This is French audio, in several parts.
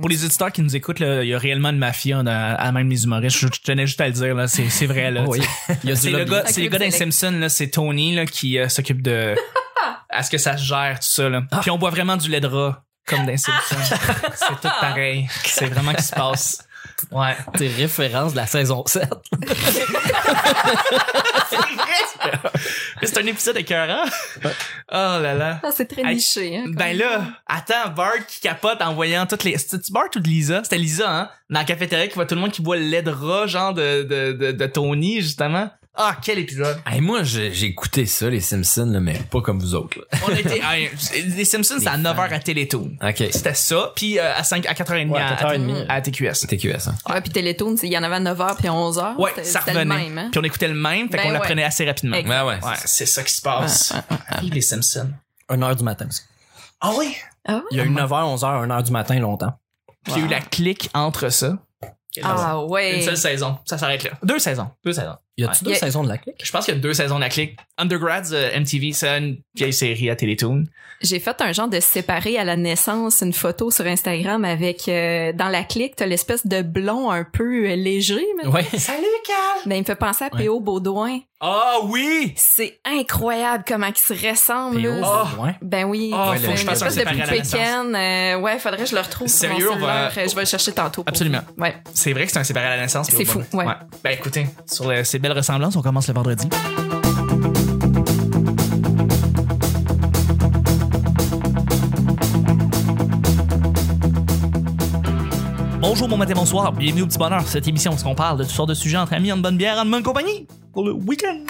pour les éditeurs qui nous écoutent, là, il y a réellement de mafia dans- à même les humoristes. Je, je tenais juste à le dire, là, c'est, c'est vrai. Là, Oh Oui. Il y a C'est du le lobby. gars, c'est S'occupe le gars de d'un l'é- Simpson, là, c'est Tony là, qui euh, s'occupe de à ce que ça se gère tout ça. Là. Puis on boit vraiment du lait de rat comme d'un Simpson. c'est tout pareil. C'est vraiment ce qui se passe. Ouais. Tes références de la saison 7. C'est un épisode écœurant. Oh là là. Ah, c'est très Hey, niché. Hein, Ben là, attends, Bart qui capote en voyant toutes les. C'était-tu Bart ou de Lisa? C'était Lisa, hein? Dans la cafétéria qui voit tout le monde qui boit le lait de rat, genre de, de, de, de Tony, justement. Ah, quel épisode! Hey, moi, j'ai j'ai écouté ça, les Simpsons, là, mais pas comme vous autres. là. On était. hey, les Simpsons, c'est à 9h à Télétoon. OK. C'était ça, puis euh, à 5 à 4h30 Ouais, à, à, 4h30. à TQS. TQS, hein. Ouais, puis Télétoon, c'est- il y en avait à 9h puis à 11h. Ouais, C'était- ça C'était le revenait. même. Hein? Puis on écoutait le même, fait Ben qu'on ouais. apprenait assez rapidement. Exact. Ouais, ouais. Ouais, c'est ça qui se passe. Vive les Simpsons. 1h du matin. Ah oui? Ah, Il y a eu 9h, 11h, 1h du matin longtemps. Puis il y a eu la clique entre ça. ah ouais. Une seule saison, ça s'arrête là. Deux saisons. Deux saisons. Y a-tu Ouais. deux saisons de la clique? Je pense qu'il y a deux saisons de la clique. Undergrads euh, MTV, c'est une vieille série à Télétoon. J'ai fait un genre de séparé à la naissance, une photo sur Instagram avec euh, dans la clique, t'as l'espèce de blond un peu euh, léger. Mais... Ouais. Salut, Cal! Ben, il me fait penser à P.O. Baudouin. Ah oui! C'est incroyable comment ils se ressemblent. P.O. là. Ah. Ouais. Ben oui. Ah, faut C'est que je une fasse un espèce de séparé à la poupée Ken. Euh, ouais, faudrait que je le retrouve. sur mon Sérieux, on va- cellulaire. Je vais le chercher tantôt. pour Absolument. vous. Ouais. C'est vrai que c'est un séparé à la naissance. C'est mais au fou, bon- ouais. Ben écoutez, sur le- ces belles ressemblances, on commence le vendredi. Bonjour, bon matin, bonsoir, bienvenue au Petit Bonheur, cette émission où on parle de toutes sortes de sujets entre amis, en bonne bière, en bonne compagnie, pour le week-end.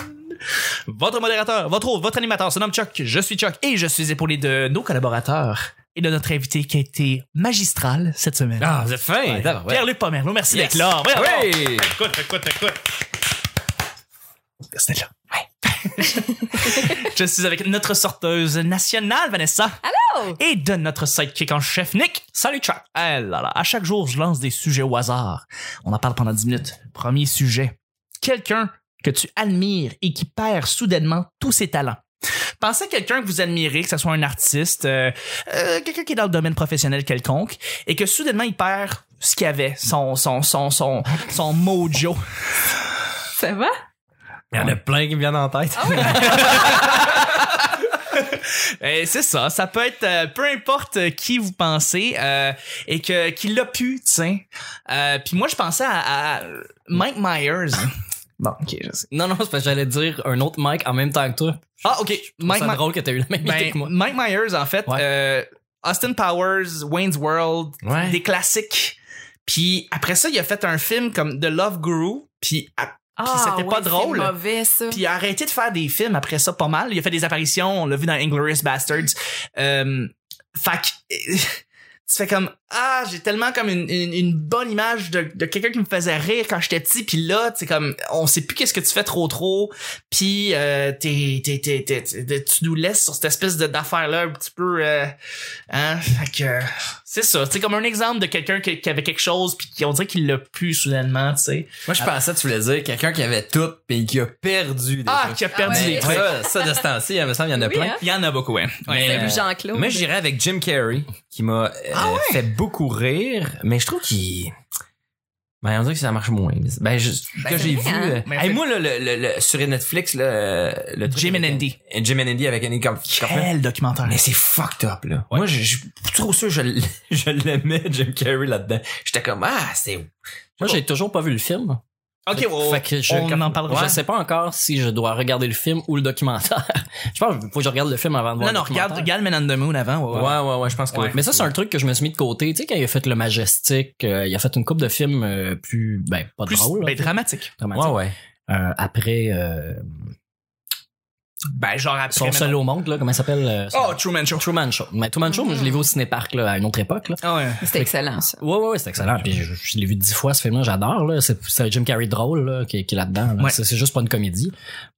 Votre modérateur, votre hôte, votre animateur se nomme Chuck, je suis Chuck et je suis épaulé de nos collaborateurs et de notre invité qui a été magistral cette semaine. Ah, vous êtes fin! Eh, Ouais. d'abord, ouais. Pierre-Luc Pomerleau, merci Yes. d'être là. Voyons donc. Oui! Écoute, écoute, écoute. Merci d'être là. Ouais. Je suis avec notre sorteuse nationale, Vanessa. Allô? Et de notre sidekick en chef, Nick. Salut, Chuck. Eh là là, à chaque jour, je lance des sujets au hasard. On en parle pendant 10 minutes. Premier sujet. Quelqu'un que tu admires et qui perd soudainement tous ses talents. Pensez à quelqu'un que vous admirez, que ce soit un artiste, euh, euh, quelqu'un qui est dans le domaine professionnel quelconque, et que soudainement il perd ce qu'il avait, son son son son son mojo. Ça va? Il y en a plein qui me viennent en tête. Ah Et Eh, c'est ça, ça peut être euh, peu importe qui vous pensez euh, et que qui l'a pu, tiens. Euh, Puis moi je pensais à, à Mike Myers. bon, ok, je sais. Non, non, c'est parce que j'allais dire un autre Mike en même temps que toi. Ah ok, Mike, C'est My- drôle que t'aies eu la même ben, idée que moi. Mike Myers en fait. Ouais. euh, Austin Powers, Wayne's World, Ouais. des classiques. Puis après ça, il a fait un film comme The Love Guru. Puis à- puis c'était pas Ah, ouais, drôle. C'est mauvais, ça. Puis il a arrêté de faire des films après ça, pas mal. Il a fait des apparitions, on l'a vu dans Inglourious Bastards. Euh, fait que, tu fais comme, ah, j'ai tellement comme une, une, une bonne image de, de quelqu'un qui me faisait rire quand j'étais petit. Puis là, tu sais, comme, on sait plus qu'est-ce que tu fais trop trop. Puis euh, t'es, t'es, t'es, t'es- t'es- tu nous laisses sur cette espèce de, d'affaire-là un petit peu... euh, hein, fait que... C'est ça, c'est comme un exemple de quelqu'un qui, qui avait quelque chose puis qui- on dirait qu'il l'a pu soudainement, tu sais. Moi, je pensais que tu voulais dire quelqu'un qui avait tout et qui a perdu des Ah, trucs. qui a perdu Ah ouais. des trucs. Ça, ça, de ce temps-ci, il me semble, il y en a Oui, plein. hein? Il y en a beaucoup, hein. Ouais. C'est Mais, lui, euh, Jean-Claude. Moi, j'irais avec Jim Carrey, qui m'a euh, fait beaucoup rire, mais je trouve qu'il. Ben, on dirait que ça marche moins. Ben, je, que c'est vrai, j'ai vu. hein. euh, Mais hey, fait- moi, là, le, le, le- sur Netflix, là, euh, le truc Jim and avec- Andy. euh, Jim and Andy avec Andy Kauf- Kaufman. Quel documentaire. Mais c'est fucked up, là. Moi, je je suis plus trop sûr, je, l- je l'aimais, Jim Carrey, là-dedans. J'étais comme, ah, c'est. Moi, j'ai toujours pas vu le film. Ok, Fait- wow. fait que je, on comme- en parlera. Je sais pas encore si je dois regarder le film ou le documentaire. je pense qu'il faut que je regarde le film avant de voir Non, non, le regarde, documentaire. regarde Men on the Moon avant. ouais, Ouais, ouais. ouais, ouais, je pense que. Mais ça, c'est un truc que je me suis mis de côté. Tu sais, quand il a fait le Majestic, euh, il a fait une coupe de films euh, plus, ben, pas Plus drôle. là, ben, dramatique. dramatique. Ouais, ouais. Euh, après, euh, Ben, genre après. son Men seul on- au monde, là, comment il s'appelle? euh, son- Oh, Truman Show. Truman Show. Mais Truman Show, moi, je l'ai vu au cinéparc, là, à une autre époque, là. Ah ouais. C'était excellent, ça. Ouais, ouais, ouais, c'est excellent. Puis je, je l'ai vu dix fois, ce film-là, j'adore. Là. C'est, c'est Jim Carrey drôle là, qui, qui est là-dedans. là. Ouais. C'est, c'est juste pas une comédie.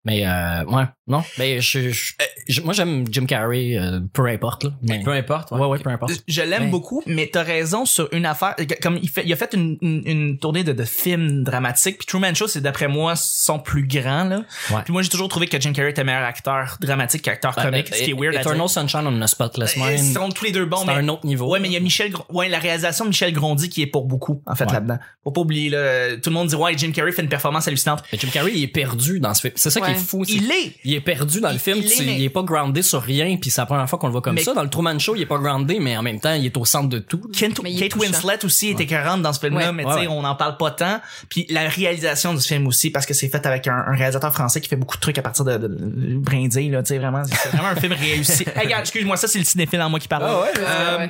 Mais euh, ouais, non. Mais je, je- je- moi, j'aime Jim Carrey, euh, peu importe. Là. Mais- Peu importe. ouais, ouais, peu importe. Je l'aime Ouais. beaucoup, mais t'as raison sur une affaire. Comme il, fait, il a fait une, une, une tournée de, de films dramatiques. Puis Truman Show, c'est d'après moi son plus grand. Là. Ouais. Puis moi, j'ai toujours trouvé que Jim Carrey était meilleur acteur dramatique qu'acteur Ben, comique, ben, ce qui est weird à Eternal dire. Sunshine on a Spotless Euh, Ils Mind. sont tous les deux bons, C'est mais un autre niveau. Ouais, mais il y a Michel, Gro- ouais, la réalisation de Michel Grondy qui est pour beaucoup, en fait, Ouais. là-dedans. Faut pas oublier, là, euh, tout le monde dit, ouais, Jim Carrey fait une performance hallucinante. Mais Jim Carrey, il est perdu dans ce film. C'est ça qui Ouais. est fou. c'est- Il est! Il est perdu dans le Il- film, il est, tu- il est, mais- pas groundé sur rien, puis c'est la première fois qu'on le voit comme Mais- ça. Dans le Truman Show, il est pas groundé, mais en même temps, il est au centre de tout. Kent- Mm. Mais il est Kate touchant. Winslet aussi était écœurante dans ce film-là, Ouais. mais Ouais, tu sais, ouais. on n'en parle pas tant. Puis la réalisation du film aussi, parce que c'est fait avec un, un réalisateur français qui fait beaucoup de trucs à partir de, de, de brindilles, là, tu sais, vraiment, c'est vraiment un film réussi. Hey, regarde, excuse-moi, ça, c'est le cinéphile en moi qui parle. Ah Euh,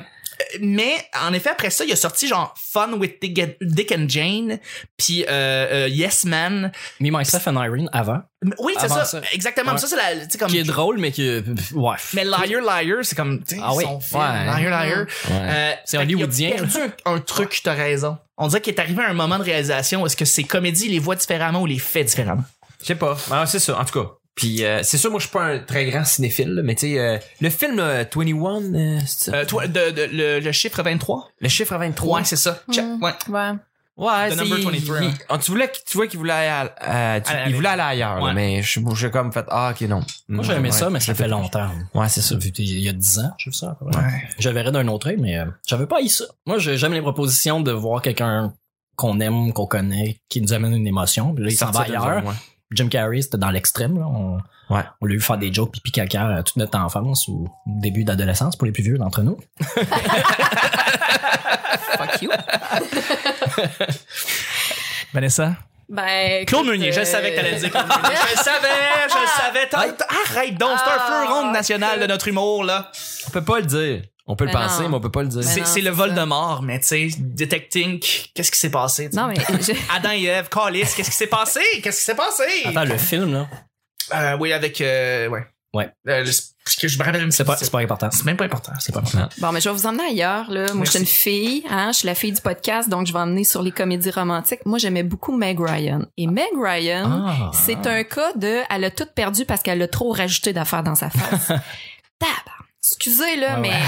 mais en effet après ça il a sorti genre Fun with Dick, Dick and Jane puis euh, euh, Yes Man Me, Myself and Irene avant. oui c'est Avant ça. ça. exactement Ouais. ça c'est la tu sais, comme Qui est drôle, mais qui. euh, Ouais. mais Liar Liar c'est comme tu sais, Ah oui. son film, Ouais. Liar Liar Euh, C'est fait qu'il a hollywoodien, perdu un, un truc t'as raison on dirait qu'il est arrivé à un moment de réalisation où est-ce que ces comédies les voient différemment ou les fait différemment Je sais pas. Ah, c'est ça, en tout cas. Puis euh, c'est sûr, moi, je suis pas un très grand cinéphile, là, mais tu sais, euh, le film là, 21, euh, c'est ça? Euh, toi de, de- le, le chiffre 23 le chiffre à 23. ouais c'est ça Check. Mm. ouais Ouais. Ouais, The c'est- number 23, il- hein. ah, tu, voulais, tu vois qu'il voulait aller, à- euh, tu- Aller- il voulait aller ailleurs, là, Ouais. mais je moi, j'ai comme fait, ah, ok, non. Moi, j'aimais Ouais. ça, mais ça fait longtemps. Ouais, c'est ça. Ça fait- Il y a 10 ans, j'ai vu ça. à peu près. Je le verrais d'un autre œil, mais euh, j'avais pas eu ça. Moi, j'ai- j'aime les propositions de voir quelqu'un qu'on aime, qu'on connaît, qui nous amène une émotion. Puis là, il s'en va Sortir de ailleurs. zone, ouais. Jim Carrey, c'était dans l'extrême. là. On, Ouais. on l'a eu faire des jokes pipi caca à toute notre enfance ou début d'adolescence pour les plus vieux d'entre nous. Fuck you. Vanessa Ben, Claude écoute, Meunier je le savais que t'allais euh, dire Claude Meunier je le savais je le savais T'as- t'as- arrête donc c'est un Ah, fleuron national de notre humour là On peut pas le dire. On peut le Mais penser, non. mais on peut pas le dire. Mais c'est non, c'est le c'est vol ça. de mort mais tu sais detecting qu'est-ce qui s'est passé tu sais? Non, mais je- Adam et Ève, Calis, qu'est-ce qui s'est passé? Qu'est-ce qui s'est passé? Attends, le film, là, Euh, oui, avec. euh, ouais. Ouais. Euh, le- parce que je me rappelle même c'est pas, c'est pas important. C'est même pas important. C'est pas Bon, mais je vais vous emmener ailleurs, là. Moi, je suis une fille, hein. Je suis la fille du podcast, donc je vais emmener sur les comédies romantiques. Moi, j'aimais beaucoup Meg Ryan. Et Meg Ryan, Ah. C'est un cas de elle a tout perdu parce qu'elle a trop rajouté d'affaires dans sa face. Tab. Excusez là, Ouais, mais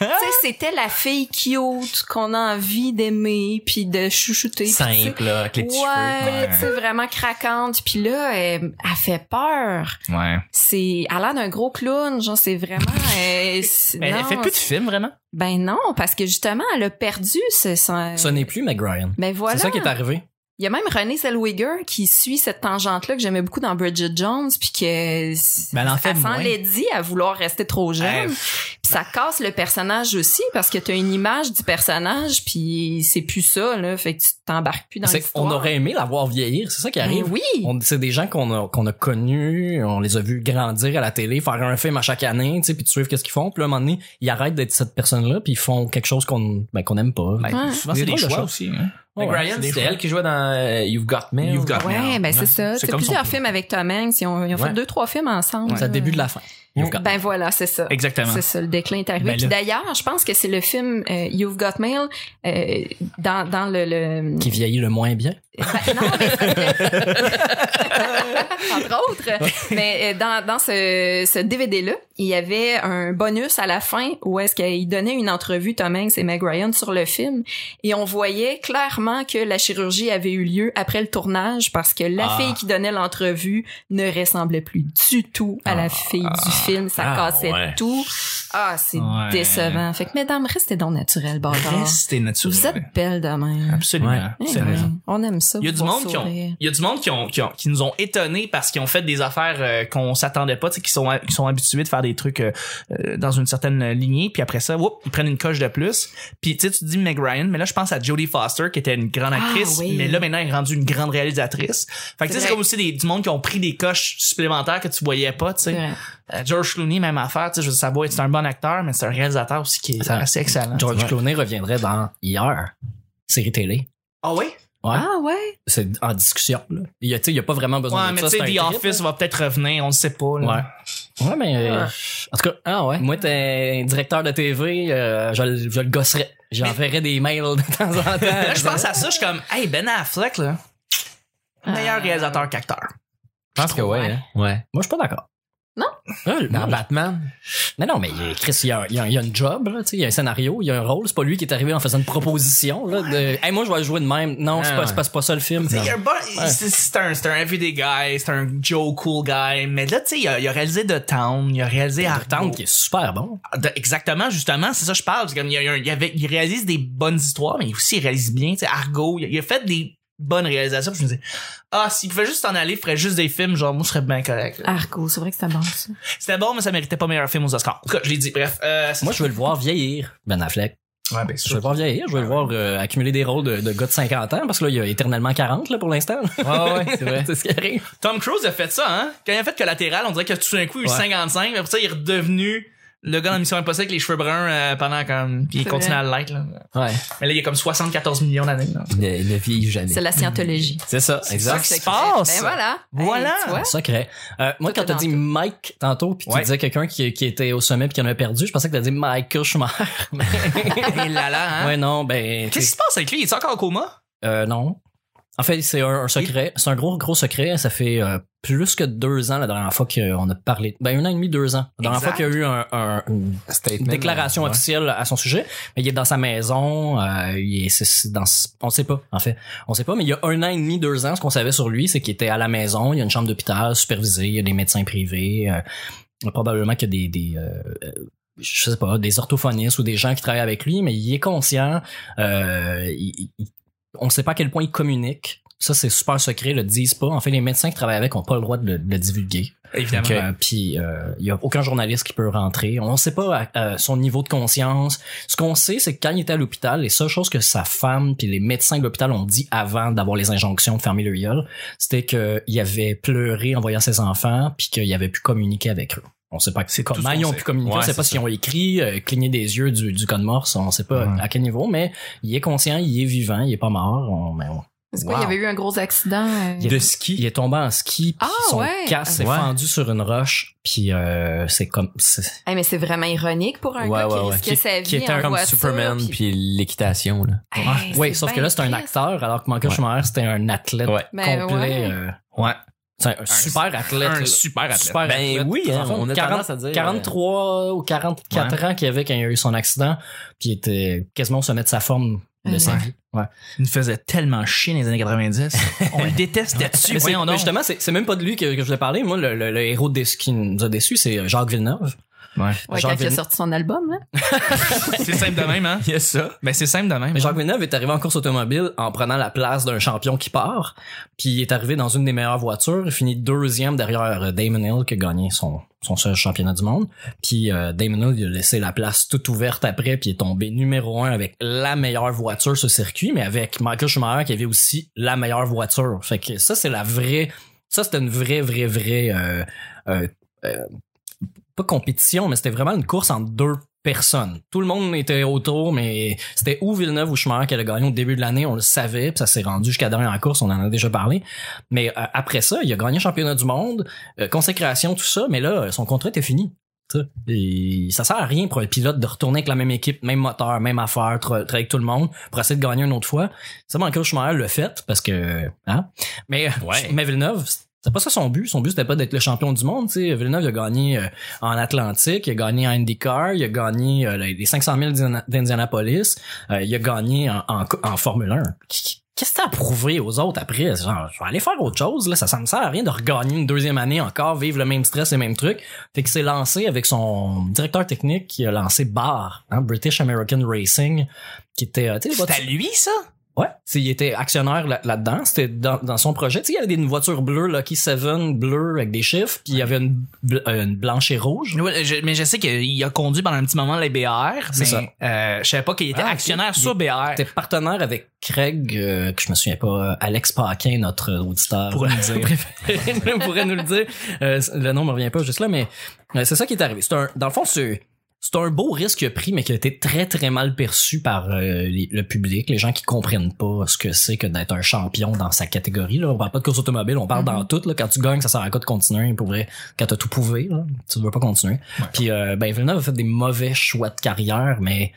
tu sais, c'était la fille cute qu'on a envie d'aimer puis de chouchouter. puis tu Simple, là, avec sais, les Ouais, petits cheveux. tu sais, vraiment craquante. Puis là, elle, elle fait peur. Ouais. C'est, elle a l'air d'un gros clown. Genre, c'est vraiment. euh, c'est- Mais Ben, elle non, fait plus de films, vraiment. Ben non, parce que justement, elle a perdu ce. son- Ce n'est plus Meg Ryan. Ben voilà. C'est ça qui est arrivé. Il y a même Renée Zellweger qui suit cette tangente-là que j'aimais beaucoup dans Bridget Jones, puis que Ben, elle en fait elle moins. s'enlaidit à vouloir rester trop Ouais. jeune. Puis ça casse le personnage aussi parce que t'as une image du personnage, puis c'est plus ça là, fait que tu t'embarques plus dans C'est l'histoire. qu'on aurait aimé la voir vieillir. C'est ça qui Ben arrive. Oui. On- C'est des gens qu'on a, qu'on a connus, on les a vus grandir à la télé, faire un film à chaque année, tu sais, puis tu suivre qu'est-ce qu'ils font. Puis là, à un moment donné, ils arrêtent d'être cette personne-là, puis ils font quelque chose qu'on ben, qu'on aime pas. Ben, Ouais. Souvent, Des c'est des drôles de choix choix. aussi. hein. Ouais, ouais, Ryan, c'est des c'était choix. elle qui jouait dans euh, You've Got Mail. You've Got Ouais, ben hein. c'est ça. C'est C'est comme plusieurs son- films avec Tom Hanks. Ils ont, ils ont Ouais. fait deux trois films ensemble. C'est le début de la fin. You've got- Ben voilà, c'est ça. Exactement. C'est ça, le déclin est arrivé. Ben Puis là- d'ailleurs, je pense que c'est le film euh, You've Got Mail euh, dans, dans le, le- qui vieillit le moins bien. Ben, non, mais ça serait- entre autres. Mais euh, dans, dans ce, ce DVD-là, il y avait un bonus à la fin où est-ce qu'il donnait une entrevue, Tom Hanks et Meg Ryan, sur le film. Et on voyait clairement que la chirurgie avait eu lieu après le tournage parce que la Ah. fille qui donnait l'entrevue ne ressemblait plus du tout à la fille du film. Ça Ah, cassait ouais. tout. Ah, c'est Ouais. décevant. Fait que, mesdames, restez donc naturelles, bâtard. Restez Vous naturel. êtes belles demain. Absolument. Eh C'est oui, vrai. On aime ça. Il y a du vous voir monde qui ont, sourire. il y a du monde qui ont, qui ont- qui nous ont étonnés parce qu'ils ont fait des affaires euh, qu'on s'attendait pas, tu sais, qui sont, qui sont habitués de faire des trucs euh, euh, dans une certaine euh, lignée, puis après ça, whoop, ils prennent une coche de plus. Puis tu sais, tu dis Meg Ryan, mais là je pense à Jodie Foster qui était une grande Ah, actrice, oui. mais là maintenant elle est rendue une grande réalisatrice. Fait que tu sais, C'est c'est vrai. comme aussi des, du monde qui ont pris des coches supplémentaires que tu voyais pas, tu C'est sais. vrai. Euh, George Clooney même affaire, tu sais, je veux dire, ça va être c'est un bon acteur, mais c'est un réalisateur aussi qui est Attends, assez Ah, excellent. George Clooney reviendrait dans hier, série télé. Ah oui? Ouais. Ah ouais? C'est en discussion. Là. Il y a, tu sais, il y a pas vraiment besoin Ouais, de mais ça. tu sais, c'est un The trip, hein? Office va peut-être revenir, on le sait pas. là. Ouais. Ouais, mais. euh, En tout cas, ah ouais. Moi, t'es un directeur de TV, euh, je, le- je le gosserais. J'enverrais des mails de temps en Là, Euh, je temps. pense à ça, je suis comme, hey, Ben Affleck, là, meilleur réalisateur qu'acteur. Je pense que ouais. Ouais. hein. Ouais. Moi, je suis pas d'accord. Ah, le- Dans non, Batman. Non, non, mais il- Chris, il y a, il y a- il y a une job, là, tu sais, il y a un scénario, il y a un rôle. C'est pas lui qui est arrivé en faisant une proposition. Là, de, hey, moi, je vais jouer de même. Non, c'est Ah, pas, ouais. c'est pas, c'est pas ça le film. Tu sais, il y a un bon- Ouais. c'est- C'est un, c'est un everyday guy, c'est un Joe cool guy. Mais là, tu sais, il a, il a réalisé The Town, il a réalisé Il Argo. qui est super bon. De- Exactement, justement, c'est ça que je parle. C'est comme, il, y a un- il y avait- il réalise des bonnes histoires, mais aussi il réalise bien. Tu sais, Argo, il, a- il a fait des bonnes réalisations. Puis je me dis, ah, s'il pouvait juste s'en aller, il ferait juste des films, genre, moi, je serais bien correct. là. Argo, c'est vrai que c'était bon, ça. C'était bon, mais ça méritait pas meilleur film aux Oscars. En tout cas, je l'ai dit, bref. Euh, c'est- Moi, je veux le voir vieillir, Ben Affleck. Ouais, ben, Je veux sûr. le voir vieillir, je veux le voir euh, accumuler des rôles de, de gars de 50 ans, parce que là, il y a éternellement 40 là, pour l'instant. Ouais, ouais, c'est vrai. c'est ce qui arrive. Tom Cruise a fait ça, hein? Quand il a fait collatéral, on dirait que tout d'un coup, il a eu Ouais. 55, mais après ça, il est redevenu le gars dans Mission Impossible avec les cheveux bruns euh, pendant comme. Puis il C'est continue vrai. à l'être, là. Ouais. Mais là, il y a comme 74 millions d'années, là. Il ne, il ne vieillit jamais. C'est la scientologie. C'est ça, ça exact. qui se Secret. passe. Ben voilà. Voilà. Hey, tu vois? Secret. Euh, moi, Tout quand est t'as dans dit tout. Mike tantôt, puis tu Ouais. disais quelqu'un qui, qui était au sommet puis qui en a perdu, je pensais que t'as dit Michael Schumacher. Et là, là, hein? Ouais, non, ben. Qu'est-ce qui se passe avec lui? Il est encore en coma? Euh, non. En fait, c'est un, un secret. C'est un gros, gros secret. Ça fait euh, plus que deux ans la dernière fois qu'on a parlé. Ben, un an et demi, deux ans. La dernière Exact. fois qu'il y a eu un- un- une Statement, euh, une déclaration ouais. officielle à son sujet. Mais il est dans sa maison. euh, il est, c'est- c'est dans, on sait pas, en fait. On sait pas, mais il y a un an et demi, deux ans, ce qu'on savait sur lui, c'est qu'il était à la maison. Il y a une chambre d'hôpital supervisée. Il y a des médecins privés. euh, probablement qu'il y a des... des euh, euh, je sais pas, des orthophonistes ou des gens qui travaillent avec lui, mais il est conscient. Euh, il- il- on ne sait pas à quel point il communique. Ça, c'est super secret, le disent pas. En fait, les médecins qui travaillent avec n'ont pas le droit de le- de le divulguer. Évidemment. Donc, euh, Puis euh, il y a aucun journaliste qui peut rentrer. On ne sait pas euh, son niveau de conscience. Ce qu'on sait, c'est que quand il était à l'hôpital, les seules choses que sa femme puis les médecins de l'hôpital ont dit avant d'avoir les injonctions de fermer le viol, c'était qu'il avait pleuré en voyant ses enfants puis qu'il avait pu communiquer avec eux. On sait pas C'est tout ce comment qu'on ils ont sait. pu communiquer. on Ouais, sait pas c'est s'ils ont écrit, euh, cligné des yeux du, du code morse. On sait pas Ouais. à quel niveau, mais il est conscient, il est vivant, il est pas mort. On- mais on- C'est quoi, Wow. il y avait eu un gros accident. euh, il est, ski. Il est tombé en ski, puis Ah, son ouais. casque s'est Ouais. fendu sur une roche, puis euh, c'est comme c'est- Hey, mais c'est vraiment ironique pour un Ouais, gars ouais, ouais. qui risquait sa vie Qui était en un comme voiture, Superman puis- puis l'équitation là. Hey, Ouais, c'est ouais, sauf ben que là c'est un triste. acteur, alors que Michael Ouais. Schumacher c'était un athlète Ouais. Ben complet, ouais. euh, Ouais. c'est un, un super athlète, là. Un super athlète. Super Ben athlète. oui, hein, Enfin, on a 40 tendance à dire, 43 ou 44 ans qu'il avait quand il y a eu son accident, puis il était quasiment au sommet de sa forme de Ouais. sa vie. Ouais. Il nous faisait tellement chier dans les années 90. On le détestait dessus, Mais c'est- voyons mais donc. justement, c'est c'est même pas de lui que, que je voulais parler. Moi, le, le- le héros de ce qui nous a déçus, c'est euh, Jacques Villeneuve. Jean Ouais, quand il a Villeneuve. sorti son album, là. C'est simple de même, hein? Il y a ça. Ben, c'est simple de même. Mais Jacques Villeneuve est arrivé en course automobile en prenant la place d'un champion qui part, puis il est arrivé dans une des meilleures voitures, il finit deuxième derrière euh, Damon Hill qui a gagné son, son seul championnat du monde. Puis euh, Damon Hill il a laissé la place toute ouverte après, puis il est tombé numéro un avec la meilleure voiture sur le circuit, mais avec Michael Schumacher qui avait aussi la meilleure voiture. Fait que ça c'est la vraie, ça c'était une vraie vraie vraie euh, euh, euh, pas compétition, mais c'était vraiment une course entre deux personnes. Tout le monde était autour, mais c'était ou Villeneuve ou Schumacher qui allait gagner au début de l'année, on le savait, puis ça s'est rendu jusqu'à la dernière course, on en a déjà parlé. Mais euh, après ça, il a gagné le championnat du monde, euh, consécration, tout ça, mais là, euh, son contrat était fini. Tu sais. Et ça sert à rien pour un pilote de retourner avec la même équipe, même moteur, même affaire, tra- travailler avec tout le monde, pour essayer de gagner une autre fois. Ça, Michael Schumacher l'a fait, parce que... Hein? Mais, Ouais. mais Villeneuve, c'est pas ça son but. Son but, c'était pas d'être le champion du monde. tu sais. Villeneuve, il a gagné euh, en Atlantique, il a gagné en IndyCar, il a gagné euh, les les 500 000 d'Indiana- d'Indianapolis, euh, il a gagné en, en, en Formule 1. Qu'est-ce que t'as à prouver aux autres après? C'est Genre, je vais aller faire autre chose, là. Ça, ça me sert à rien de regagner une deuxième année encore, vivre le même stress et le même truc. Fait qu'il s'est lancé avec son directeur technique qui a lancé BAR, hein, British American Racing, qui était, euh, tu sais, les C'est à voitures- lui, ça? Ouais, c'est- il était actionnaire là- là-dedans, c'était dans, dans son projet. Tu sais, il y avait des voitures bleues, Lucky Seven, bleues avec des chiffres, puis il y avait une, bl- euh, une blanche et rouge. Ouais, je- mais je sais qu'il a conduit pendant un petit moment les BR, mais ça. euh, je savais pas qu'il était Ah, ok. actionnaire sur BR. T'es partenaire avec Craig, euh, que je me souviens pas, euh, Alex Paquin, notre euh, auditeur. Pourrait nous dire. préféré, pourrait nous le dire. Euh, le nom me revient pas juste là, mais euh, c'est ça qui est arrivé. C'est un, dans le fond, c'est, c'est un beau risque qu'il a pris, mais qui a été très, très mal perçu par euh, les- le public, les gens qui comprennent pas ce que c'est que d'être un champion dans sa catégorie. Là. On parle pas de course automobile, on parle Mhm. dans tout. Là. Quand tu gagnes, ça sert à quoi de continuer pour vrai? Quand t'as tout prouvé, là, tu veux pas continuer. Puis euh, ben Villeneuve a fait des mauvais choix de carrière, mais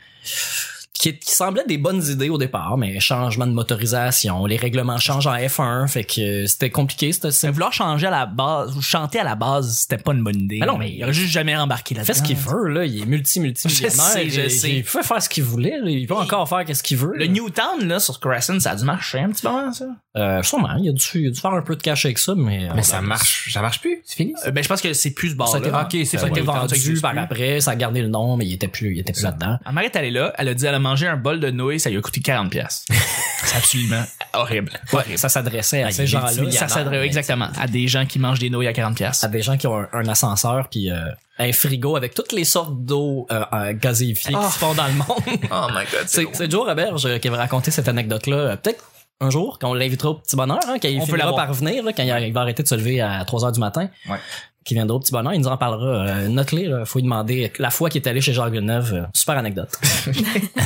qui, qui semblaient des bonnes idées au départ, mais changement de motorisation, les règlements changent en F1, fait que c'était compliqué. C'était, Mais vouloir changer à la base, ou chanter à la base, c'était pas une bonne idée. Ah non, mais- il aurait juste jamais rembarqué là il fait ce qu'il veut, là. Il est multi, multi Je sais, je sais. Il peut faire ce qu'il voulait, là. Il peut encore faire qu'est-ce qu'il veut. Le là. Newtown, là, sur Crescent, ça a dû marcher un petit peu, hein, ça? Euh, sûrement, il a, dû, il a dû faire un peu de cash avec ça, mais. euh, Mais ça marche, ça marche plus, c'est fini. ça? Euh, ben, je pense que c'est plus ce Ça a été, bar-là. ok, c'est ça a ouais, été le temps que ça vendu existe par plus. après, ça a gardé le nom, mais il était plus, il était plus là-dedans. Ma mère est allée là, elle a dit elle a mangé un bol de nouilles, ça lui a coûté 40$. piastres. c'est absolument horrible. Ouais, ça s'adressait à Horrible. ces gens-là. Ça s'adresse mais- exactement à des gens qui mangent des nouilles à 40$. piastres. à des gens qui ont un, un ascenseur puis euh, un frigo avec toutes les sortes d'eau euh, euh, gazéifiées qui se font dans le monde. Ah. Oh my god, c'est c'est Joe Roberge euh, qui avait raconté cette anecdote-là. Euh, Peut-être un jour, quand on l'invitera au petit bonheur, hein, quand il On peut finira l'avoir. par venir, là, quand il, il va arrêter de se lever à 3 heures du matin, Ouais. qui viendra au petit bonheur, il nous en parlera. Euh, Note-les, il faut lui demander la fois qu'il est allé chez Jacques Villeneuve. euh, super anecdote. ben,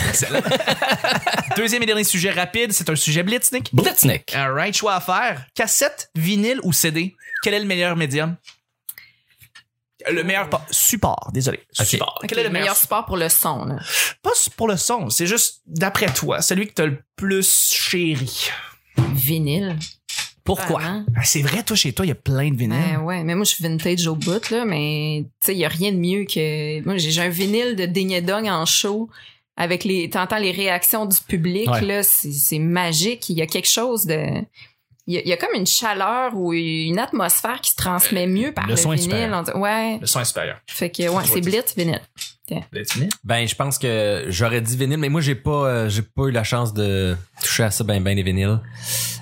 excellent. Deuxième et dernier sujet rapide, c'est un sujet blitz, Nick. Blitznick. All right, choix à faire. Cassette, vinyle ou CD? Quel est le meilleur médium? Le meilleur pa- support, désolé. Support. Ok, Quel est le meilleur support pour le son? là? Pas pour le son, c'est juste d'après toi, celui que t'as le plus chéri. Vinyle. Pourquoi? Vraiment. Ah, C'est vrai, toi, chez toi, il y a plein de vinyles. Ben ouais, mais moi je suis vintage au bout là, mais tu sais il y a rien de mieux que moi j'ai j'ai un vinyle de Dignedong en show avec les t'entends les réactions du public Ouais. là, c'est c'est magique, il y a quelque chose de il y, a, il y a comme une chaleur ou une atmosphère qui se transmet mieux par le le, son est vinyle. super. on dit- ouais, Le son est supérieur. fait que ouais, c'est Ouais. blitz vinyle. Le vinyle? Ben, je pense que j'aurais dit vinyle, mais moi, j'ai pas, euh, j'ai pas eu la chance de toucher à ça ben, ben des vinyles.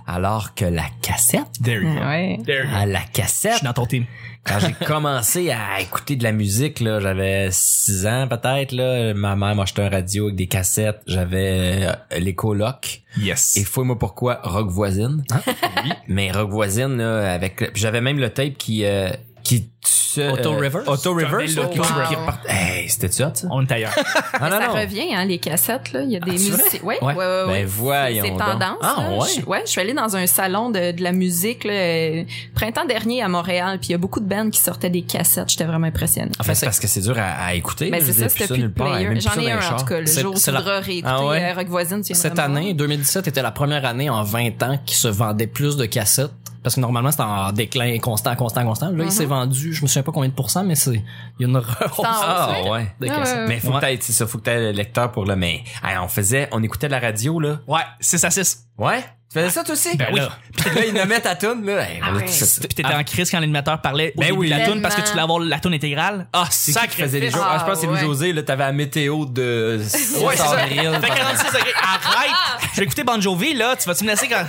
Alors que la cassette, There you go. Ouais. There you go. à la Je cassette, suis dans ton team. quand j'ai commencé à écouter de la musique, là, j'avais 6 ans peut-être, là, ma mère m'a acheté un radio avec des cassettes, j'avais euh, les colocs. Yes. Et fouille-moi pourquoi Rock Voisine. Ah, Mais Rock Voisine, là, avec. puis J'avais même le tape qui. euh, qui se- Auto-reverse? euh, Auto-reverse. T'avais là, le qui- wow. qui repart- Hey, c'était ça, ça? On est ailleurs. Ah, ça revient hein, les cassettes là, il y a des c'est vrai? musiques. Ouais, Ouais. ouais, ouais, ouais. Ben, voyons. C'est donc. tendance. Ah, là. ouais. Je, ouais, je suis allée dans un salon de, de la musique là, euh, printemps dernier à Montréal, puis il y a beaucoup de bandes qui sortaient des cassettes. J'étais vraiment impressionnée. En fait, c'est parce que c'est dur à, à écouter. Mais là, Ben, c'est je ça, veux dire, plus c'était plus de nulle part, même player. plus J'en ça ai dans un les en tout chars. cas. Le C'est- jour où c'est tu la- voudras réécouter Ah ouais? euh, Rock Voisine, tu viendras Cette me année, voir. 2017 était la première année en 20 ans qui se vendait plus de cassettes. Parce que normalement, c'est en déclin constant, constant, constant. Là, il Mhm. s'est vendu, je me souviens pas combien de pourcents, mais c'est, il y a une rehausse Ah, Ah, ouais. des Ah, cassettes. ouais. Mais faut que t'ailles, c'est ça, faut que t'ailles le lecteur pour le. Mais, hey, on faisait, on écoutait la radio, là. Ouais, 6 à 6. Ouais? Tu faisais ça, toi aussi? Ah Ben oui. là. Puis là, ils nommaient ta toune, là. Hey, on a Arrête. tous fait ça. Puis t'étais en crise quand l'animateur parlait au Ben début oui. de la tune parce que Tellement. tu voulais avoir la tune intégrale. Ah, C'est ça qui sacré. faisait les jours. Ah, je pense que c'est Ah, ouais. Louis-José, là, t'avais la météo de 6 Ouais, c'est ça. avril. Fait 46 degrés. Arrête! Je vais écouter Bon Jovi, là. Tu vas-tu me laisser quand.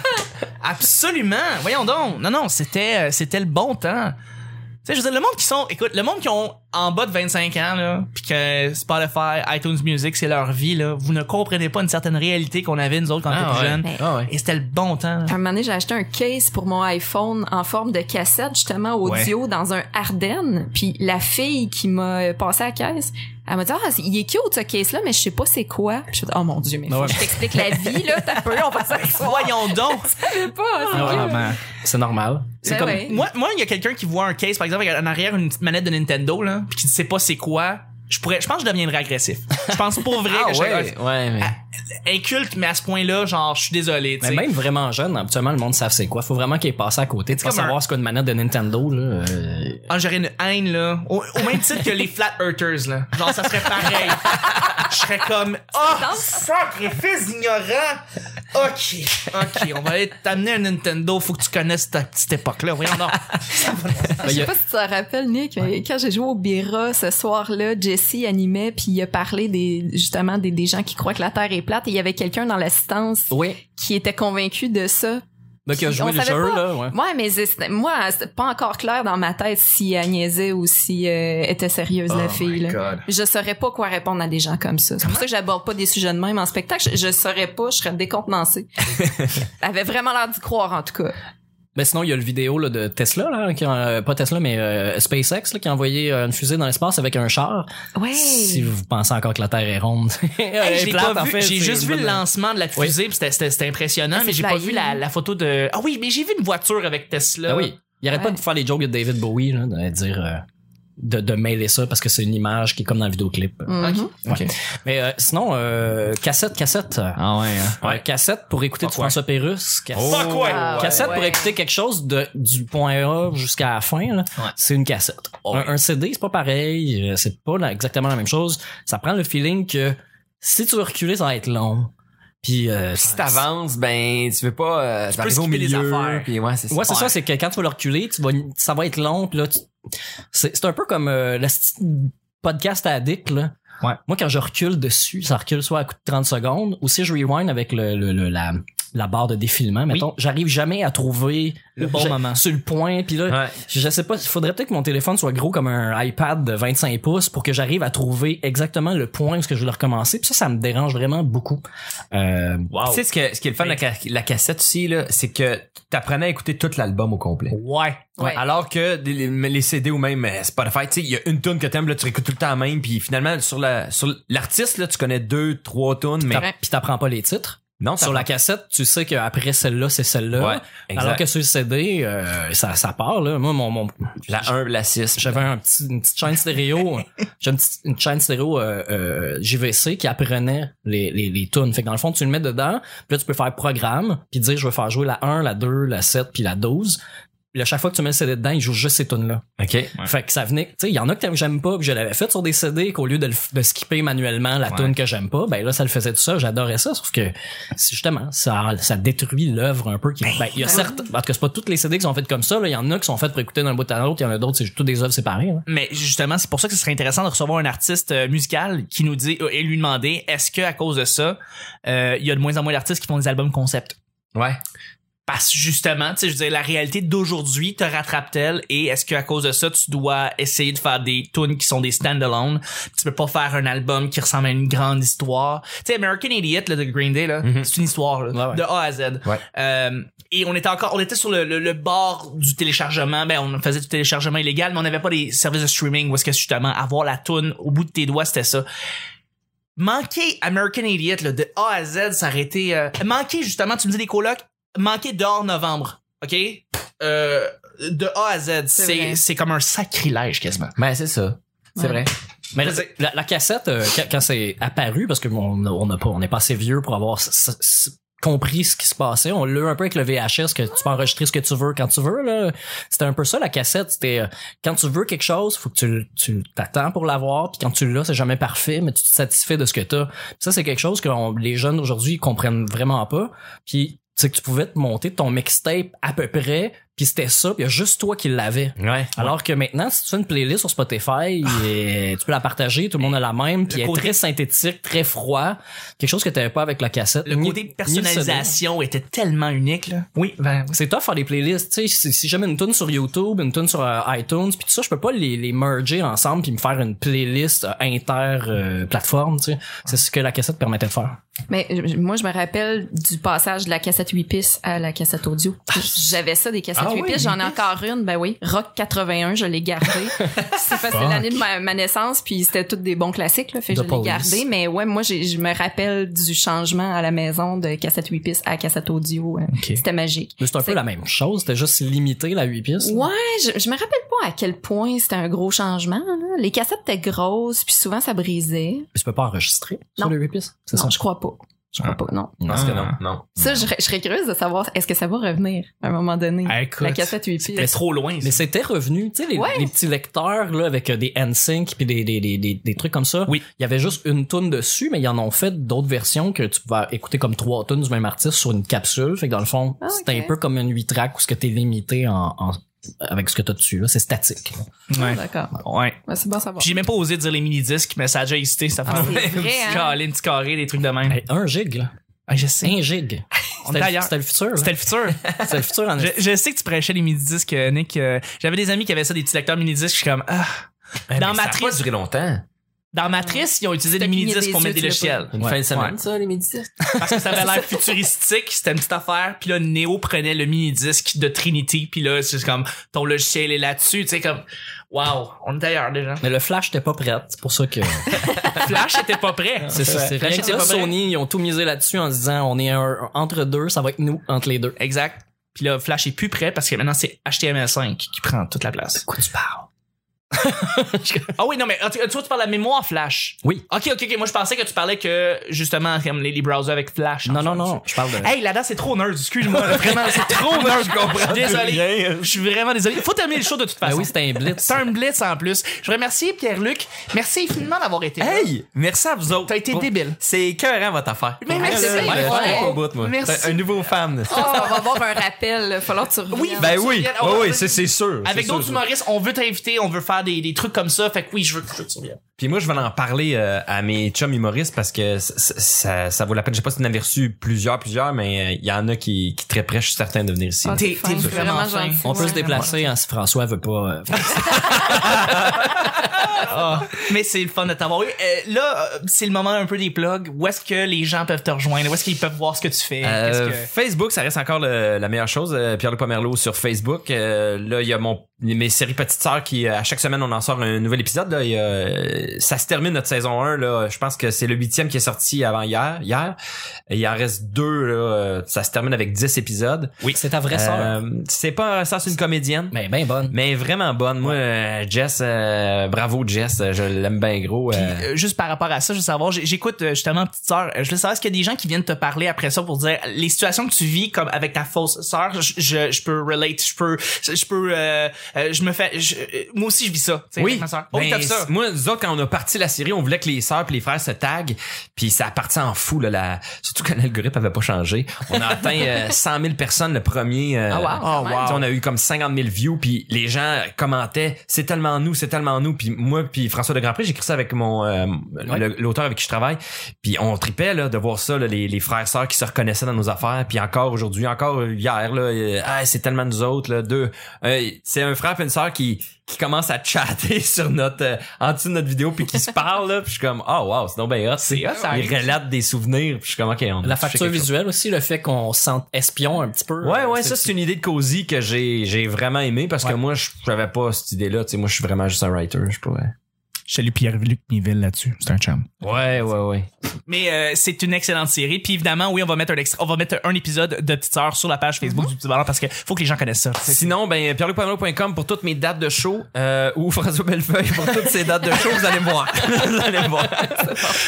Absolument! Voyons donc! Non, non, c'était, euh, c'était le bon temps. Tu sais, je veux dire, le monde qui sont. Écoute, le monde qui ont en bas de 25 ans, là, pis que Spotify, iTunes Music, c'est leur vie, là, vous ne comprenez pas une certaine réalité qu'on avait, nous autres, quand on était Ah, plus ouais. jeunes. Ah, ouais. Et c'était le bon temps. À un moment donné, j'ai acheté un case pour mon iPhone en forme de cassette, justement audio, dans un Ardennes. Puis la fille qui m'a euh, passé à la caisse, elle m'a dit Ah, il est cute ce case-là, mais je sais pas c'est quoi. Puis Je suis Oh mon Dieu, mais Ah faut ouais. que je t'explique la vie, là, t'as peu, on va s'asseoir. Voyons donc! Je sais pas, hein, Ah c'est cute. C'est normal. C'est Ben comme ouais. moi, moi, il y a quelqu'un qui voit un case, par exemple, avec en arrière une petite manette de Nintendo, là, pis qui ne sait pas c'est quoi. Je pourrais, je pense que je deviendrais agressif. Je pense pour vrai Ah, que je ouais. Ouais, mais. Ah, inculte, mais à ce point-là, genre, je suis désolé, Ben tu Mais sais. même vraiment jeune, habituellement, le monde savent c'est quoi. Faut vraiment qu'il est passé à côté. Tu comme peux savoir ce qu'une manette de Nintendo, là. euh, Ah, j'aurais une haine, là. Au, au même titre que les Flat Earthers, là. Genre, ça serait pareil. Je serais comme, oh, penses? sacrifice ignorant. Ok, ok, on va aller t'amener un Nintendo. Faut que tu connaisses ta petite époque-là. Voyons donc. Je sais pas si tu te rappelles, Nick, mais quand j'ai joué au Bira ce soir-là, Jesse animait, puis il a parlé des, justement des, des gens qui croient que la Terre est plate, et il y avait quelqu'un dans l'assistance Oui. qui était convaincu de ça. Donc, il a Puis, joué on le savait jeu, pas. là, ouais. Ouais, mais c'est- moi, c'était pas encore clair dans ma tête si elle niaisait ou si euh, était sérieuse, Oh la fille. là. Je saurais pas quoi répondre à des gens comme ça. C'est pour ça que j'aborde pas des sujets de même en spectacle. Je, je saurais pas, je serais décontenancée. elle avait vraiment l'air d'y croire, en tout cas. Ben sinon, il y a le vidéo là, de Tesla, là, qui a, euh, pas Tesla, mais euh, SpaceX, là, qui a envoyé euh, une fusée dans l'espace avec un char. Ouais. Si vous pensez encore que la Terre est ronde. Elle Hey, je est l'ai plate, pas en vu. fait, j'ai c'est juste une vu le bonne- lancement de la Oui. fusée, puis c'était- c'était c'était impressionnant, Ah, mais c'est j'ai pas flyé. vu la, la photo de. Ah oui, mais j'ai vu une voiture avec Tesla. Ah Ben oui. Il arrête pas Ouais. de faire les jokes de David Bowie, là, de dire euh, de, de mêler ça parce que c'est une image qui est comme dans le vidéoclip. Mm. Mhm. Ouais. Mais euh, sinon, euh, cassette, cassette. Ah ouais, hein. Ouais, cassette pour écouter du Fuck ouais. François Pérus. Cassette, Fuck Oh, ouais! Ah, cassette pour ouais. écouter quelque chose de, du point A jusqu'à la fin. là. Ouais. C'est une cassette. Ouais. Un, un CD, c'est pas pareil. euh, C'est pas la- exactement la même chose. Ça prend le feeling que si tu veux reculer, ça va être long. Puis euh, Si t'avances, ben, tu veux pas, euh, peux t'arrives au skipper les milieu. affaires. Puis ouais, c'est ça. Ouais, c'est ça, c'est que quand tu vas le reculer, tu vas, ça va être long, pis là, tu- c'est, c'est un peu comme euh, le sti- podcast addict, là. Ouais. Moi, quand je recule dessus, ça recule soit à coup de 30 secondes, ou si je rewind avec le, le- le- la, la barre de défilement, mettons, j'arrive jamais à trouver Le bon j'ai- moment. Sur le point, puis là, Ouais. je sais pas, il faudrait peut-être que mon téléphone soit gros comme un iPad de 25 pouces pour que j'arrive à trouver exactement le point où est-ce que je vais le recommencer. Puis ça, ça me dérange vraiment beaucoup. Euh, Tu sais, ce, que, ce qui est le fun de la, ca- la cassette aussi, là, c'est que t'apprenais à écouter tout l'album au complet. Ouais. Ouais. Alors que des- les, les CD ou même euh, Spotify, tu sais, il y a une tune que t'aimes, là, tu écoutes tout le temps la même, puis finalement, sur la, sur l'artiste, là, tu connais deux, trois tunes, mais Ouais. Puis t'apprends pas les titres. non, t'as- Sur la cassette, tu sais qu'après celle-là, c'est celle-là. Ouais, exact. Alors que sur le CD, euh, ça, ça part, là. Moi, mon, mon- la 1, la 6. j'avais un petit, une petite chaîne stéréo. J'ai une petite une chaîne stéréo euh, euh, JVC qui apprenait les, les, les tunes. Fait que dans le fond, tu le mets dedans, puis là, tu peux faire programme, puis dire, je veux faire jouer la 1, la 2, la 7, puis la 12. Puis à chaque fois que tu mets le CD dedans, il joue juste ces tunes-là. OK. Fait que ça venait, tu sais, il y en a que t'aimes- j'aime pas, que je l'avais fait sur des CD, qu'au lieu de, le f- de skipper manuellement la Ouais. tune que j'aime pas, ben là, ça le faisait tout ça, j'adorais ça, sauf que, c'est justement, ça, ça détruit l'œuvre un peu qui, ben, il y a Ben certes, en tout cas, c'est pas toutes les CD qui sont faites comme ça, là, il y en a qui sont faites pour écouter d'un bout à l'autre, il y en a d'autres, c'est toutes des œuvres séparées, hein. Mais justement, c'est pour ça que ce serait intéressant de recevoir un artiste euh, musical qui nous dit euh, et lui demander est-ce que à cause de ça, euh, il y a de moins en moins d'artistes qui font des albums concept. Ouais. Parce que justement, tu sais, je veux dire, la réalité d'aujourd'hui te rattrape-t-elle et est-ce qu'à cause de ça, tu dois essayer de faire des tunes qui sont des stand-alone? Tu peux pas faire un album qui ressemble à une grande histoire. Tu sais, American Idiot là, de Green Day, là, Mhm. c'est une histoire là, Ouais, ouais. de A à Z. Ouais. Euh, et on était encore, on était sur le, le, le bord du téléchargement. Ben, on faisait du téléchargement illégal, mais on n'avait pas des services de streaming où est-ce que justement avoir la tune au bout de tes doigts, c'était ça manquer American Idiot là, de A à Z, ça aurait été... euh, manquer, justement, tu me dis des colocs, manquer dehors novembre, OK? Euh, de A à Z, c'est vrai. c'est comme un sacrilège quasiment. Ben, c'est ça. C'est Ouais. vrai. Mais la, Vas-y. la- la cassette, euh, quand, quand c'est apparu, parce que bon, on a- on n'a pas, on n'est pas assez vieux pour avoir s- s- compris ce qui se passait. On l'a eu un peu avec le VHS que tu peux enregistrer ce que tu veux quand tu veux. Là, c'était un peu ça la cassette. C'était euh, quand tu veux quelque chose, faut que tu, le- tu t'attends pour l'avoir. Puis quand tu l'as, c'est jamais parfait, mais tu te satisfais de ce que t'as. Puis ça, c'est quelque chose que on- les jeunes aujourd'hui ils comprennent vraiment pas. Puis c'est que tu pouvais te monter ton mixtape à peu près, puis c'était ça, puis il y a juste toi qui l'avais. Ouais. Alors que maintenant, si tu fais une playlist sur Spotify, et tu peux la partager, tout le monde a la même, puis Le elle est côté- très synthétique, très froid, quelque chose que t'avais pas avec la cassette. Le Ni- côté ni sonore. personnalisation était tellement unique. Là. Oui, ben, C'est tough faire des playlists, tu sais, si, si j'aime une tune sur YouTube, une tune sur euh, iTunes, puis tout ça, je peux pas les, les merger ensemble puis me faire une playlist euh, inter euh, plateforme, tu sais. C'est ce que la cassette permettait de faire. Mais euh, moi, je me rappelle du passage de la cassette 8 pistes à la cassette audio. Ah, J'avais ça, des cassettes Ah 8 oui, pistes. J'en ai encore une. Ben oui, Rock 81, je l'ai gardée. c'est parce que c'est l'année de ma, ma naissance, puis c'était toutes des bons classiques. Là, fait que The je l'ai Police. gardée. Mais ouais, moi, j'ai- je me rappelle du changement à la maison de cassette 8 pistes à cassette audio. hein. C'était magique. Mais c'est un peu C'est- la même chose, c'était juste limité la 8 pistes. Ouais, je, je me rappelle pas à quel point c'était un gros changement. là. Les cassettes étaient grosses, puis souvent ça brisait. Mais Tu peux pas enregistrer sur Non. les 8 pistes. C'est ça. Ah. Non, je crois pas. Je crois pas, non. Parce que non, non. Ça, je, serais- je serais curieuse de savoir, est-ce que ça va revenir à un moment donné? Ah, écoute, la cassette 8 pistes. c'était trop loin. Mais ça. c'était revenu, tu sais, les, Ouais. les petits lecteurs là avec euh, des NSYNC puis des, des, des, des, des trucs comme ça. Oui. Il y avait juste une tune dessus, mais ils en ont fait d'autres versions que tu pouvais écouter comme trois tunes du même artiste sur une capsule. Fait que dans le fond, Ah, c'était ok. un peu comme une 8 track où ce que t'es limité en, en- avec ce que t'as dessus là, c'est statique. Ouais. D'accord. Ouais. Ouais, c'est bon à savoir. Puis J'ai même pas osé dire les mini-disques, mais ça a déjà existé, cette affaire. c'est vrai, hein? Caline, petit carré, des trucs de même. Hey, un gig là, Ah, je sais. un On gig. est C'était le- ailleurs. c'était le futur. là. C'était le futur. C'était le futur en Je, je sais que tu prêchais les mini-disques, euh, Nick. euh, J'avais des amis qui avaient ça, des petits lecteurs mini-disques. Je suis comme, ah. Dans Eh, mais ça a Matrice- pas duré longtemps. Dans Matrice, ils ont utilisé T'as des cligné mini-disques des pour yeux, mettre des tu l'as pas logiciels. Une Ouais, fin de semaine, ouais. ça, les midi. Parce que ça avait l'air futuristique, c'était une petite affaire. Puis là, Neo prenait le mini-disque de Trinity. Puis là, c'est comme, ton logiciel est là-dessus. Tu sais, comme, wow, on est ailleurs déjà. Mais le flash était pas prêt, c'est pour ça que Flash était pas prêt. c'est ça. C'est Flash rien que était ça, pas prêt. Sony, ils ont tout misé là-dessus en se disant on est un- entre deux, ça va être nous entre les deux. Exact. Puis là, Flash est plus prêt parce que maintenant, c'est HTML5 qui prend toute la place. quoi tu parles Ah oui, non, mais en tout cas, toi, tu parles de la mémoire flash. Oui. Ok, ok, ok. Moi, je pensais que tu parlais que, justement, comme les browsers avec flash. Non, en non, soi, non. Je parle de. Hey, là-dedans, c'est trop nerd, excuse-moi. là, vraiment, c'est trop nerd. Je comprends. Désolé. Je suis vraiment désolé. Faut terminer le show de toute Ben façon. oui, c'était un blitz. c'est un blitz en plus. Je remercie Pierre-Luc. Merci infiniment d'avoir été là. Hey! Merci à vous autres. T'as été Bon, débile. C'est écœurant votre affaire. Mais merci. Ouais, Ouais, je suis ouais. au bout, moi. Merci. T'es Un nouveau fan. Oh, on va avoir un rappel. là. falloir que tu reviennes. Oui, Ben oui, Bien, oui, on- oui, c'est- c'est sûr. c'est Avec sûr, d'autres sûr. humoristes, on veut t'inviter, on veut faire des, des trucs comme ça. Fait que oui, je veux que je veux que tu reviennes. Puis moi, je vais en parler euh, à mes chums humoristes parce que c- c- ça, ça vaut la peine. Je sais pas si tu en avais reçu plusieurs, plusieurs, mais euh, il y en a qui, qui très près, je suis certain de venir ici. Ah, T'es- c'est fin, t'es c'est vraiment fin. gentil, On peut ouais. se déplacer hein, si François veut pas. euh, Ah Mais c'est le fun de t'avoir eu. Euh, là, euh, c'est le moment un peu des plugs. Où est-ce que les gens peuvent te rejoindre? Où est-ce qu'ils peuvent voir ce que tu fais? Qu'est-ce Euh, que- Facebook, ça reste encore le- la meilleure chose. Euh, Pierre-Luc Pomerleau sur Facebook. Euh, là, il y a mon, mes séries Petites Sœurs qui, euh, à chaque semaine, on en sort un nouvel épisode. Là. Il y a, euh, ça se termine notre saison 1. Là. Je pense que c'est le huitième qui est sorti avant hier. hier. Et il en reste deux. Là. Euh, Ça se termine avec 10 épisodes. Oui. C'est ta vraie hein? sœur. Euh, c'est pas ça, c'est une comédienne. Mais ben bonne. Mais vraiment bonne. Moi, euh, Jess, euh, bravo Jess, euh, je l'aime bien gros. euh. Euh, juste par rapport à ça, je veux savoir, j'ai- j'écoute euh, justement Petite Sœur, euh, je veux savoir, est-ce qu'il y a des gens qui viennent te parler après ça pour dire les situations que tu vis comme avec ta fausse sœur, je, je, je peux relate, je peux, je peux, euh, euh, je me fais, je- euh, moi aussi je vis ça, tu sais, avec ma sœur. Oh, ben, t'as ça. c- moi, nous autres, quand on a parti la série, on voulait que les sœurs et les frères se taguent, puis ça partit en fou, là, la... surtout quand l'algorithme avait pas changé. On a atteint euh, 100 000 personnes le premier. euh, Ah, wow, quand tu même. sais, On a eu comme 50 000 views, puis les gens commentaient, c'est tellement nous, c'est tellement nous, puis moi, puis François de Grandpré, j'écris ça avec mon euh, le- l'auteur avec qui je travaille, puis on tripait là, de voir ça, là, les, les frères sœurs qui se reconnaissaient dans nos affaires, puis encore aujourd'hui, encore hier, là, euh, ah, c'est tellement nous autres, là, deux, euh, c'est un frère et une sœur qui qui commence à chatter sur notre euh, en dessous de notre vidéo puis qui se parle là, puis je suis comme oh wow c'est donc ben hot c'est hot, ça ils arrive. relatent des souvenirs puis je suis comme ok on a La touché facture quelque chose. visuelle aussi, le fait qu'on se sente espion un petit peu. ouais euh, ouais ça c'est une idée de cosy que j'ai j'ai vraiment aimé parce que moi je j'avais pas cette idée là tu sais moi je suis vraiment juste un writer je pourrais Salut Pierre-Luc Nivelle là-dessus, c'est un chum. ouais ouais ouais Mais euh, c'est une excellente série. Puis évidemment, oui, on va mettre un extra- on va mettre un épisode de Petite Sœur sur la page Facebook du Petit Ballon parce que faut que les gens connaissent ça. C'est- Sinon, ben, pierreloupamelot.com pour toutes mes dates de show euh, ou François Bellefeuille pour toutes ses dates de show. Vous allez me voir. vous allez me voir.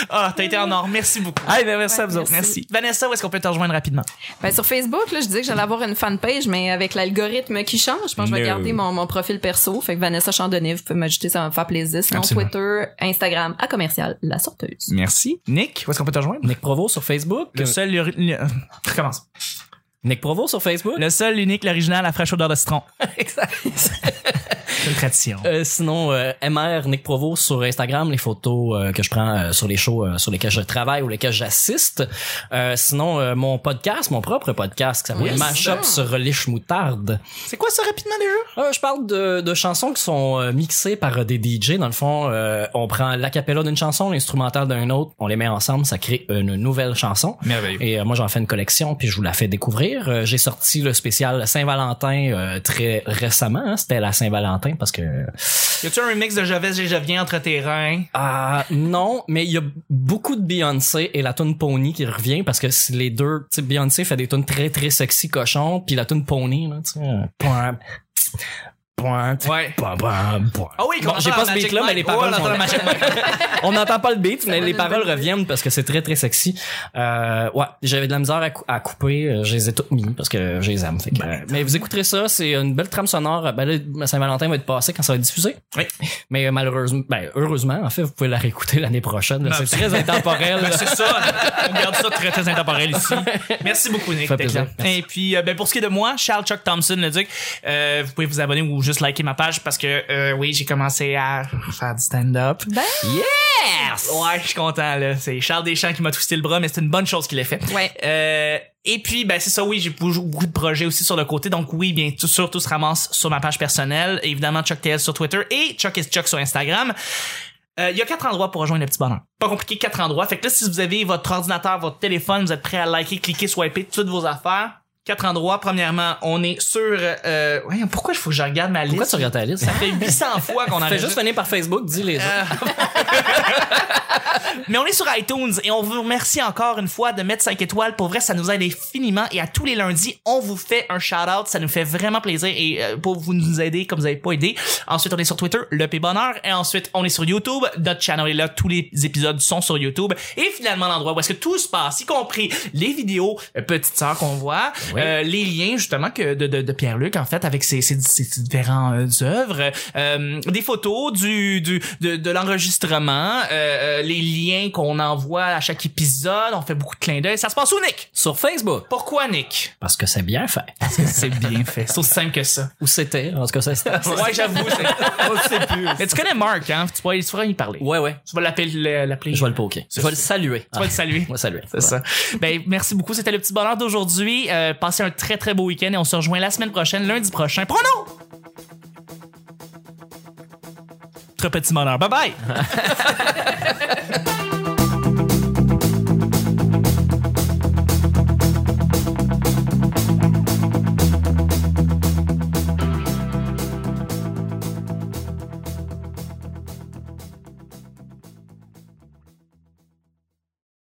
Ah, t'as été en or. Merci beaucoup. Hey, ben, merci à vous Ouais, autres. Merci. Vanessa, où est-ce qu'on peut te rejoindre rapidement? Ben, sur Facebook, là, je disais que j'allais avoir une fanpage, mais avec l'algorithme qui change, je pense que je vais No. garder mon, mon profil perso. Fait que Vanessa Chandonnet, vous pouvez m'ajouter, ça va me faire plaisir. Sinon, Absolument. Twitter, Instagram, à commercial, la sorteuse. Merci. Nick, où est-ce qu'on peut te rejoindre? Nick Provo sur Facebook. Le seul, le- le- recommence. Nick Provo sur Facebook. Le seul, l'unique, l'original, la fraîche odeur de citron. C'est une tradition. Euh, sinon, euh, MR Nick Provo sur Instagram, les photos euh, que je prends euh, sur les shows euh, sur lesquels je travaille ou lesquels j'assiste. Euh, sinon, euh, mon podcast, mon propre podcast, qui s'appelle Oui, Mashup ça. sur Relish Moutarde. C'est quoi ça rapidement déjà? Euh, je parle de, de chansons qui sont euh, mixées par euh, des DJ. Dans le fond, euh, on prend l'acapella d'une chanson, l'instrumental d'un autre, on les met ensemble, ça crée une nouvelle chanson. Merveilleux. Et euh, moi, j'en fais une collection, puis je vous la fais découvrir. Euh, j'ai sorti le spécial Saint-Valentin euh, très récemment. hein. C'était la Saint-Valentin parce que... euh, Y a-tu un remix de Jovès et Je viens entre tes reins? Ah non, mais il y a beaucoup de Beyoncé et la tune Pony qui revient parce que c'est les deux, tu sais, Beyoncé fait des tunes très très sexy cochon, puis la tune Pony là, tu sais, euh, point, point, Ouais. point, point, point. Ah oui, Bon, j'ai pas ce beat là, mais les Oh, paroles sont là. On n'entend pas le beat, mais donne les une paroles bonne reviennent parce que c'est très très sexy. Euh, ouais, j'avais de la misère à, cou- à couper, euh, je les ai toutes mis parce que je les aime. fait que, euh, mais vous écouterez ça, c'est une belle trame sonore. Ben là, Saint-Valentin va être passé quand ça va être diffusé. Oui. Mais euh, malheureusement, ben heureusement, en fait, vous pouvez la réécouter l'année prochaine. là. Non, C'est très intemporel. là. C'est ça. On garde ça très, très intemporel ici. Merci beaucoup, Nick. Ça fait d'être là. plaisir. Merci. Et puis, euh, ben, pour ce qui est de moi, Charles Chuck Thompson, le duc, euh, vous pouvez vous abonner ou juste liker ma page parce que, euh, oui, j'ai commencé à faire du stand-up. Ben, Yes! Ouais, je suis content, là. C'est Charles Deschamps qui m'a twisté le bras, mais c'est une bonne chose qu'il ait fait. Ouais. Euh, et puis, ben, c'est ça, oui, j'ai beaucoup beaucoup de projets aussi sur le côté. Donc, oui, bien tout- sûr, tout se ramasse sur ma page personnelle. Évidemment, Chuck TL sur Twitter et Chuck is Chuck sur Instagram. Euh, Il y a quatre endroits pour rejoindre le petit bonheur. Pas compliqué, quatre endroits. Fait que là, si vous avez votre ordinateur, votre téléphone, vous êtes prêt à liker, cliquer, swiper toutes vos affaires, Quatre endroits. Premièrement, on est sur. Euh, ouais, pourquoi il faut que je regarde ma Pourquoi liste? tu regardes ta liste? Euh, Ça fait 800 fois qu'on Fais enregistre. juste venir par Facebook, dis les autres. Mais on est sur iTunes et on vous remercie encore une fois de mettre 5 étoiles. Pour vrai, ça nous aide infiniment et à tous les lundis, on vous fait un shout-out. Ça nous fait vraiment plaisir et euh, pour vous nous aider comme vous avez pas aidé. Ensuite, on est sur Twitter, le P Bonheur et ensuite, on est sur YouTube. Notre channel est là. Tous les épisodes sont sur YouTube et finalement, l'endroit où est-ce que tout se passe, y compris les vidéos, euh, petites sœurs qu'on voit, Oui. euh, les liens justement que de, de, de Pierre-Luc en fait avec ses, ses, ses différents euh, œuvres, euh, des photos du, du de, de l'enregistrement, euh, euh, les liens qu'on envoie à chaque épisode, on fait beaucoup de clins d'œil. Ça se passe où Nick Sur Facebook. Pourquoi Nick Parce que c'est bien fait. Parce que c'est bien fait, c'est aussi simple que ça. Ou c'était, en tout cas, ça c'était. Ouais, j'avoue. c'est- On le sait plus. Mais tu connais Mark, hein Tu vas, tu vas y parler. Ouais, ouais. Tu vas l'appeler, l'appeler. Je vais le poker. Je C'est vais le ça. saluer. Tu vas le saluer. Moi, saluer. C'est ça. Ben, merci beaucoup. C'était le petit bonheur d'aujourd'hui. Euh, passez un très, très beau week-end et on se rejoint la semaine prochaine, lundi prochain. Pronom! Très petit bonheur. Bye bye!